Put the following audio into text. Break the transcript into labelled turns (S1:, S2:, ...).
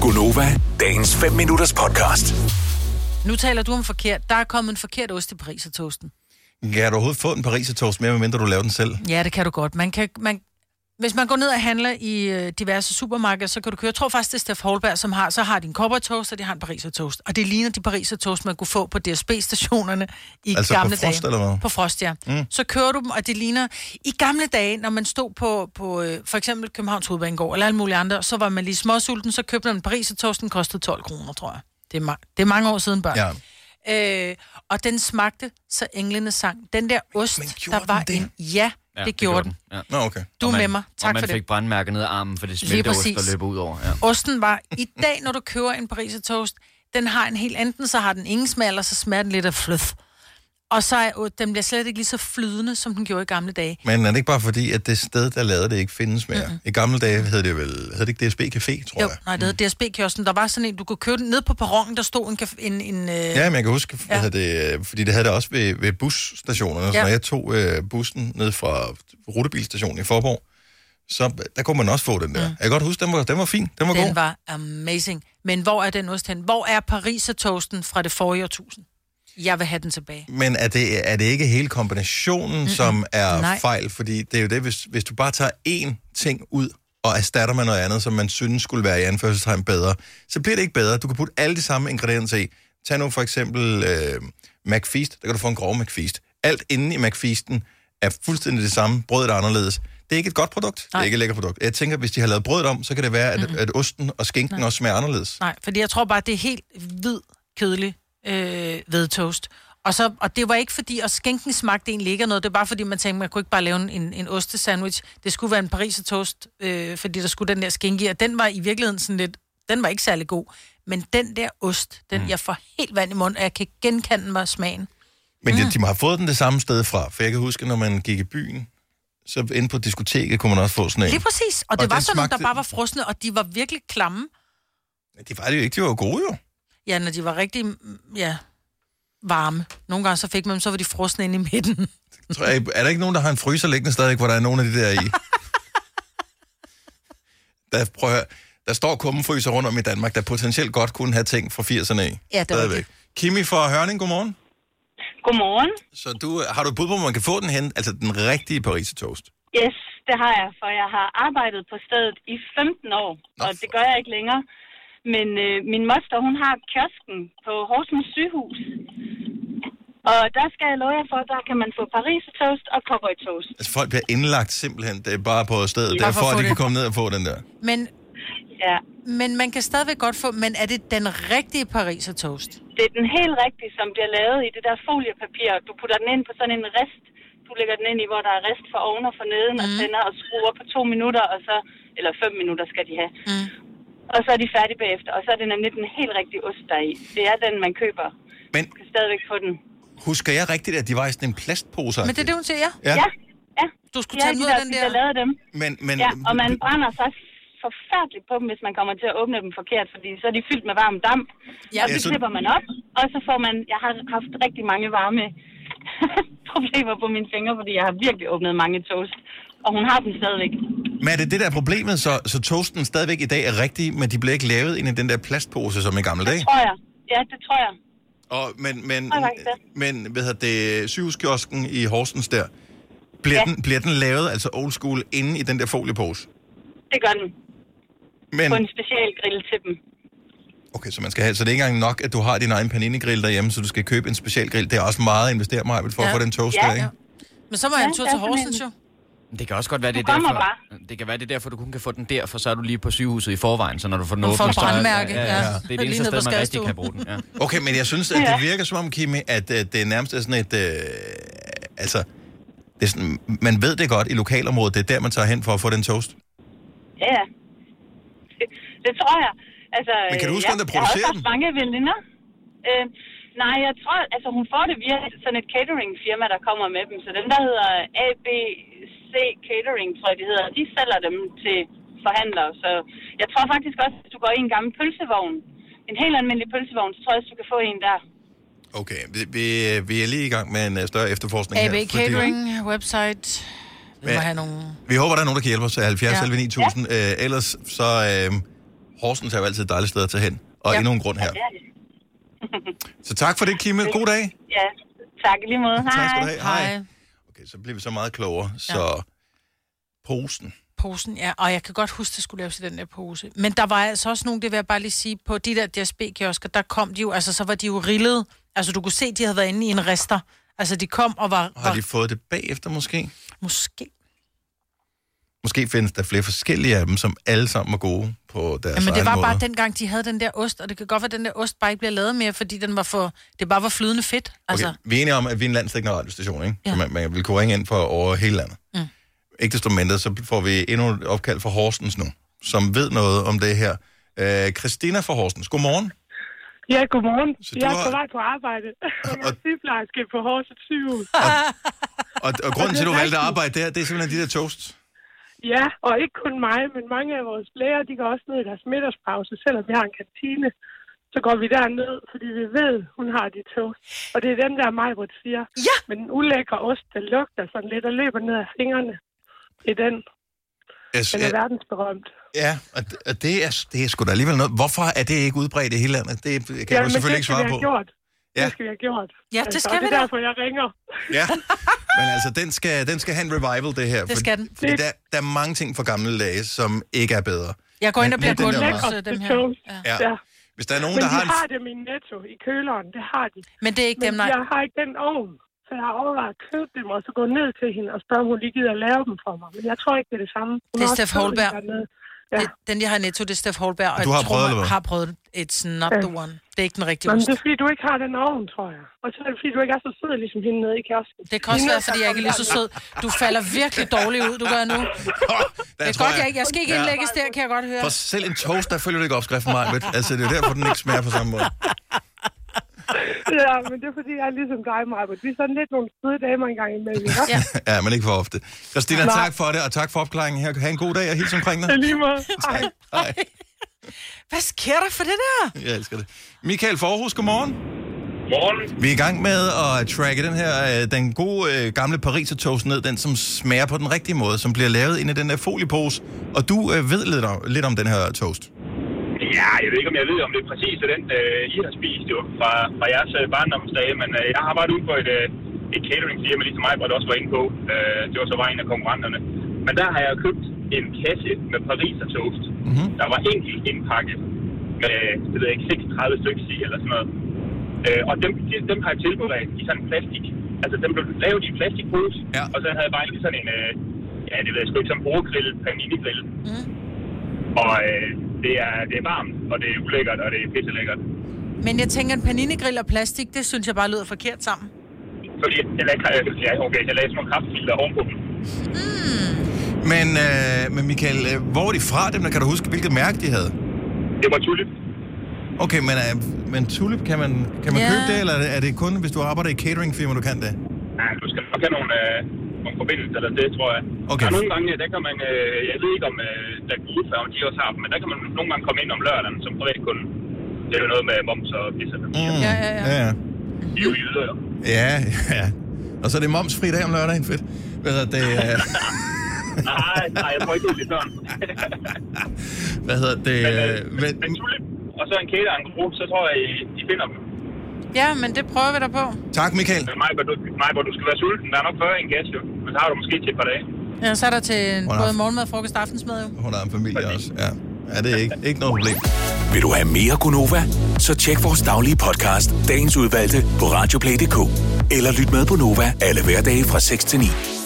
S1: Gunova, dagens 5 minutters podcast.
S2: Nu taler du om forkert. Der er kommet en forkert ost i Parisertoasten.
S3: Kan du overhovedet få en parisertoast mere, medmindre du laver den selv?
S2: Ja, det kan du godt. Man kan, man, hvis man går ned og handler i øh, diverse supermarkeder, så kan du køre. Jeg tror faktisk, det er Steff Holberg, som har. Så har de en cowboy-toast, og de har en parisertoast. Og det ligner de parisertoast, man kunne få på DSB-stationerne i
S3: Altså på
S2: gamle dage.
S3: Frost, eller hvad?
S2: På frost, ja. Mm. Så kører du dem, og det ligner... I gamle dage, når man stod på, på øh, for eksempel Københavns Hovedbanegård, eller alle mulige andre, så var man lige småsulten, så købte man en parisertoast, den kostede 12 kroner, tror jeg. Det er, ma- det er mange år siden, børn.
S3: Ja.
S2: Øh, og den smagte, så englene sang. Den der ost,
S3: Men gjorde
S2: der var
S3: den det?
S2: en... Ja, ja, det gjorde den.
S4: Ja.
S3: Nå, okay.
S2: Du er med mig.
S4: og
S2: Tak
S4: man
S2: for
S4: fik
S2: det.
S4: brandmærker ned af armen, for det smelte ost,
S2: præcis.
S4: der løber ud over. Ja.
S2: Osten var... I dag, når du køber en pariser toast, den har en helt... Enten så har den ingen smag, eller så smager den lidt af fløth. Og så er øh, den bliver slet ikke lige så flydende, som den gjorde i gamle dage.
S3: Men er det ikke bare fordi, at det sted, der lavede det, ikke findes mere? Mm-hmm. I gamle dage hed det vel, hed det ikke DSB Café, tror
S2: Jo,
S3: jeg?
S2: nej, det hed DSB-kiosken. Der var sådan en, du kunne købe den ned på perronen, der stod en... Kaf- en, en øh,
S3: Ja, men jeg kan huske,
S2: Ja.
S3: ja. det, øh, fordi det havde det også ved, ved busstationerne.
S2: Ja.
S3: Ja. Så når jeg tog øh, bussen ned fra rutebilstationen i Forborg, så der kunne man også få den der. Mm. Jeg kan godt huske, den var, den var fin. Den var
S2: den
S3: god.
S2: var amazing. Men hvor er den ost hen? Hvor er parisertoasten fra det forrige årtusind? Jeg vil have den tilbage.
S3: Men er det, er det ikke hele kombinationen, Mm-mm. som er
S2: Nej.
S3: Nej. fejl? Fordi det er jo det, hvis, hvis du bare tager én ting ud og erstatter med noget andet, som man synes skulle være i anførselstegn bedre, så bliver det ikke bedre. Du kan putte alle de samme ingredienser i. Tag nu for eksempel øh, McFeast. Der kan du få en grov McFeast. Alt inde i McFeasten er fuldstændig det samme. Brødet er anderledes. Det er ikke et godt produkt. Nej. Det
S2: Nej.
S3: er ikke et lækkert produkt. Jeg tænker, hvis de har lavet brødet om, så kan det være, at, at osten og skinken også smager anderledes.
S2: Nej, fordi jeg tror bare, det er helt hvid, kedelig øh, ved toast. Og, så, og det var ikke fordi, og skænken smagte egentlig ikke af noget. Det var bare fordi, man tænkte, man kunne ikke bare lave en, en, en ostesandwich. Det skulle være en pariser toast, øh, fordi der skulle den der skænke i. Og den var i virkeligheden sådan lidt, den var ikke særlig god. Men den der ost, den mm. jeg får helt vand i munden, og jeg kan ikke genkende mig smagen.
S3: Men
S2: Mm.
S3: de, de har fået den det samme sted fra, for jeg kan huske, når man gik i byen, så inde på diskoteket kunne man også få sådan en.
S2: Lige præcis. Og det
S3: Og
S2: og var
S3: den
S2: sådan nogle, der
S3: smagte-
S2: bare var frosne, og de var virkelig klamme.
S3: Men De var det jo ikke, de var jo gode jo.
S2: Ja, når de var rigtig, mm, ja, varme. Nogle gange så fik man dem, så var de frosne inde i midten.
S3: Tror jeg, er der ikke nogen, der har en fryser liggende stadigvæk, hvor der er nogen af de der i? der, prøv at, høre, der står kummefryser rundt om i Danmark, der potentielt godt kunne have ting fra 80'erne i.
S2: er
S3: Stadigvæk.
S2: rigtigt.
S3: Kimi fra Hørning, godmorgen.
S5: Godmorgen.
S3: Så du, har du et bud på, hvor man kan få den hen? Altså den rigtige Paris toast.
S5: Yes, det har jeg, for jeg har arbejdet på stedet i 15 år,
S3: Nå,
S5: og
S3: for-
S5: det gør jeg ikke længere. Men øh, min moster, hun har kiosken på Horsens sygehus. Og der skal jeg love jer for, der kan man få Paris toast og cowboy toast.
S3: Altså folk bliver indlagt simpelthen, det er bare på stedet,
S2: Bare for
S3: der
S2: at
S3: for
S2: få
S3: at de
S2: det.
S3: kan komme ned og få den der.
S2: Men
S5: Ja,
S2: Men man kan stadigvæk godt få, men er det den rigtige pariser toast?
S5: det er den helt rigtige, som bliver lavet i det der foliepapir. Du putter den ind på sådan en rest. Du lægger den ind i, hvor der er rest for oven og for neden, mm. og tænder og skruer på to minutter, og så, eller fem minutter skal de have.
S2: Mm.
S5: Og så er de færdige bagefter, og så er det nemlig den helt rigtige ost, der er i. Det er den, man køber.
S3: Men
S5: Du kan stadigvæk få den.
S3: husker jeg rigtigt, at de var i sådan en plastpose?
S2: Men det er det, hun siger, ja.
S5: Ja, ja.
S2: Du skulle
S5: ja,
S2: tage den
S5: de
S2: ud af
S5: der,
S2: den
S5: de
S2: der-
S5: der lavede dem.
S3: Men, men, øhm,
S5: Ja, og man brænder sig forfærdeligt på dem, hvis man kommer til at åbne dem forkert, fordi så er de fyldt med varm damp.
S2: Ja.
S5: Ja, og
S3: Ja,
S5: så
S3: så-
S5: klipper man op, og så får man... Jeg har haft rigtig mange varme problemer på mine fingre, fordi jeg har virkelig åbnet mange toast. Og hun har dem stadigvæk.
S3: men er det det, der er problemet? Så, så toasten stadigvæk i dag er rigtig, men de bliver ikke lavet ind i den der plastpose, som i gamle dage?
S5: Tror jeg. Ja, det tror jeg.
S3: Og, men, men,
S5: Ej, hvor er det fedt.
S3: men hvad hedder det, sygehuskiosken i Horsens der, bliver, ja. den, bliver den lavet, altså old school, inde i den der foliepose?
S5: Det gør den. På
S3: Men,
S5: en special grill til dem.
S3: okay, så man skal have, så det er ikke engang nok, at du har din egen panini-grill derhjemme, så du skal købe en specialgrill. Det er også meget at investere mig for ja.
S2: Ja.
S3: at få den toast
S5: Ja,
S3: der, ikke?
S5: ja.
S2: Men så må jeg en
S5: Ja,
S2: tur
S5: det er
S2: til Horsens
S5: fornemmelig.
S2: jo.
S4: Men Det kan også godt være, det
S5: Du
S4: er
S5: kommer
S4: derfor, det kan være, det er derfor, du kun kan få den der, for så er du lige på sygehuset i forvejen, så når du får den
S2: Du får
S4: åbnet, så
S2: brandmærke,
S4: ja, ja,
S2: ja.
S4: ja. det er det
S2: Lige
S4: eneste
S2: ned på
S4: sted, man rigtig
S2: skadestuen.
S4: kan bruge den. Ja.
S3: Okay, men jeg synes, at
S5: Ja.
S3: det virker som om, Kimi, at øh, det nærmest er sådan et... Øh, altså, det er sådan, man ved det godt i lokalområdet. Det er der, man tager hen for at få den toast.
S5: Ja, ja. Det, det tror jeg. Altså,
S3: Men kan du
S5: øh,
S3: huske,
S5: ja,
S3: hvem der
S5: Jeg har
S3: producerer
S5: også
S3: den?
S5: haft mange veninder. Øh, nej, jeg tror, altså hun får det via sådan et cateringfirma, der kommer med dem. Så dem, der hedder ABC Catering, tror jeg, de hedder, de sælger dem til forhandlere. Så jeg tror faktisk også, at du går i en gammel pølsevogn, en helt almindelig pølsevogn, så tror jeg, at du kan få en der.
S3: Okay, vi, vi, vi er lige i gang med en øh, større efterforskning her.
S2: AB
S3: fordi
S2: Catering, website. Vi må
S3: Hvad?
S2: have nogle...
S3: Vi håber, der er nogen, der kan hjælpe os. 70
S2: Ja.
S3: ja. 9000. Ja. Øh, ellers så øh, Horsens er jo altid et dejligt sted at tage hen. Og
S2: Ja.
S3: ja. endnu en grund her.
S5: Ja, det-
S3: Så tak for det, Kimme. God dag.
S5: ja. tak i lige måde. Hej.
S3: Tak skal du have.
S2: Hej.
S3: Okay, så bliver vi så meget klogere. Så posen.
S2: Posen, ja. Og jeg kan godt huske, det skulle laves i den der pose. Men der var altså også nogle, det vil jeg bare lige sige, på de der DSB-kiosker, der kom de jo, altså så var de jo rillet. Altså du kunne se, de havde været inde i en rester. Altså de kom og var,
S3: Har
S2: var
S3: de fået det bagefter måske?
S2: måske...
S3: Måske findes der flere forskellige af dem, som alle sammen er gode på deres
S2: Altså, men det
S3: egen
S2: var
S3: måde.
S2: bare dengang, de havde den der ost, og det kan godt være, at den der ost bare ikke bliver lavet mere, fordi den var for, det bare var flydende fedt. Altså,
S3: Okay, vi er enige om, at vi er en landstækkende radiostation, ikke? Ja.
S2: Ja.
S3: Så man, man vil kunne ringe ind for over hele landet. Mm. Ikke desto mindre, så får vi endnu et opkald fra Horsens nu, som ved noget om det her. Øh, Christina fra Horsens, godmorgen.
S6: Ja, godmorgen.
S3: Så
S6: Så
S3: du
S6: jeg er
S3: har-
S6: på vej på arbejde. Og jeg er sygeplejerske på Horsens sygehus.
S3: Og, og grunden til, at du valgte at arbejde der, det er simpelthen de der toasts.
S6: Ja, og ikke kun mig, men mange af vores læger, de går også ned i deres middagspause, selvom vi har en kantine. Så går vi derned, fordi vi ved, hun har de toast. Og det er dem, der Majbrit siger.
S2: Ja!
S6: Men den ulækre ost, der lugter sådan lidt og løber ned ad fingrene. Det er den.
S3: Jeg,
S6: Den er
S3: jeg,
S6: verdensberømt.
S3: Altså, ja, og, d- og det, er, det er sgu da alligevel noget. Hvorfor er det ikke udbredt i hele landet? Det kan ja, du
S6: men
S3: selvfølgelig
S6: det
S3: ikke
S6: skal
S3: svare
S6: vi
S3: på.
S6: have gjort.
S3: Ja.
S6: Det skal vi have gjort. Altså,
S2: Ja, det skal
S6: og
S2: vi
S6: det er
S2: da.
S6: derfor, jeg ringer.
S3: Ja, men altså, den skal, den skal have en revival, det her.
S2: Det skal den.
S3: Fordi der, der er mange ting fra gamle dage, som ikke er bedre.
S2: jeg går ind og
S3: Men-
S2: bliver
S3: men den
S2: kunde
S3: der
S2: hos
S6: Lækker
S2: øh, dem
S6: til
S2: her.
S6: toast.
S2: Ja.
S3: Ja.
S6: Ja.
S3: Hvis der er nogen,
S6: Men
S3: der
S6: de
S3: har en...
S6: har dem i netto, i køleren, det har de.
S2: Men det er ikke
S6: Men
S2: dem, nej.
S6: jeg har ikke den ovn, så jeg har overvejet at købe dem, og så gå ned til hende og spørge, om hun lige gider at lave dem for mig. Men jeg tror ikke, det er det samme. Hun
S2: Det er
S6: har også
S2: Steff
S6: købt
S2: Holberg.
S6: dem dernede. Ja.
S2: Det, den, jeg har i netto, det er Steff Holberg, og
S3: Du har
S2: jeg tror,
S3: prøvet,
S2: jeg
S3: eller hvad?
S2: har prøvet det. It's not
S6: Ja.
S2: the one. Det er ikke den rigtige
S6: Men
S2: ost.
S6: det er fordi, du ikke har den ovn, tror jeg. Og så er det fordi, du ikke er så sød, ligesom hende nede i kiosken.
S2: Det kan også være, fordi jeg ikke er lige så sød. Du falder virkelig dårligt ud, du gør nu. Det
S3: der
S2: er
S3: tror
S2: godt, jeg ikke. Jeg skal ikke
S3: Ja.
S2: indlægges der, kan jeg godt høre.
S3: For selv en toast, der følger du ikke opskriften meget. Altså, det er jo derfor, den ikke smager på samme måde.
S6: Ja, men det er fordi, jeg er ligesom dig, Marbet. Vi er sådan lidt nogle søde damer engang imellem. Ja. ja.
S3: Ja, men ikke for ofte. Christina,
S6: Nej.
S3: tak for det, og tak for opklaringen her. Ha' en god dag, og hils omkring dig.
S6: Lige måde. Hej.
S3: Hej.
S2: Hvad sker der for det der?
S3: Jeg elsker det. Michael Forhus, godmorgen.
S7: Morgen.
S3: Vi er i gang med at tracke den her, øh, den gode øh, gamle pariser toast ned, den som smager på den rigtige måde, som bliver lavet ind i den der foliepose. Og du øh, ved lidt om, lidt om den her toast.
S7: Ja, jeg ved ikke, om jeg ved, om det er præcis er den, øh, I har spist jo fra, fra jeres øh, barndomsdage, men øh, jeg har arbejdet ude på et, øh, et cateringfirma, ligesom mig, hvor også var inde på. Øh, det var så bare en af konkurrenterne. Men der har jeg købt en kasse med pariser toast. Mm-hmm. Der var enkelt indpakket med, det ved jeg ikke, 36 stykker i eller sådan noget. Øh, og dem, de, dem har jeg tilberedt i sådan en plastik. Altså, dem blev lavet i en plastikpose,
S3: Ja.
S7: og så havde jeg bare lige sådan en, øh, ja, det ved jeg sgu ikke, som bordgrill, panini-grill. Og øh, det, er, det er varmt, og det er ulækkert, og det er pisselækkert.
S2: Men jeg tænker, en paninegrill og plastik, det synes jeg bare lyder forkert sammen.
S7: Fordi jeg lagde, ja, okay, jeg lagde sådan nogle kraftfilter ovenpå dem.
S3: Men, øh, men Michael, øh, hvor er de fra dem? der? Kan du huske, hvilket mærke de havde?
S7: Det var tulip.
S3: Okay, men, øh, men tulip, kan man, kan man
S2: Ja.
S3: yeah. købe det, eller er det kun, hvis du arbejder i cateringfirma, du kan det?
S7: Ja, du skal nok have nogle, øh, nogle forbindelser eller det, tror jeg.
S3: Okay.
S7: Og nogle gange, der kan man, øh, jeg ved ikke om øh, der gruppefarven, de også har dem, men der kan man nogle gange komme ind om lørdagen som privatkunde. Det er jo noget med moms og pisse. Mm.
S2: Ja, ja, ja.
S3: ja.
S7: De er jo jyder, jo.
S3: Ja, ja. Og så er det momsfri dag om lørdagen, fedt. Hvad hedder det? øh,
S7: Nej, nej, jeg tror ikke, det er lidt sådan.
S3: Hvad hedder det?
S7: men, øh,
S3: øh,
S7: men, men,
S3: Men,
S7: tulip, og så en kæde gruppe, så tror jeg, I- I finder dem.
S2: Ja, men det prøver vi da på.
S3: tak, Michael.
S7: Men mig, hvor du, mig, hvor du skal være sulten, der er nok 40 i en kasse, jo. Men så har du måske til et par dage.
S2: Ja, så er der til en,
S3: Godnaften.
S2: både morgenmad, frokost og aftensmad. Jo.
S3: Hun har en familie også. Ja, ja det er ikke, ikke noget problem.
S1: Vil du have mere Gunova? Så tjek vores daglige podcast, dagens udvalgte, på radioplay.dk. Eller lyt med på Nova alle hverdage fra 6 til 9.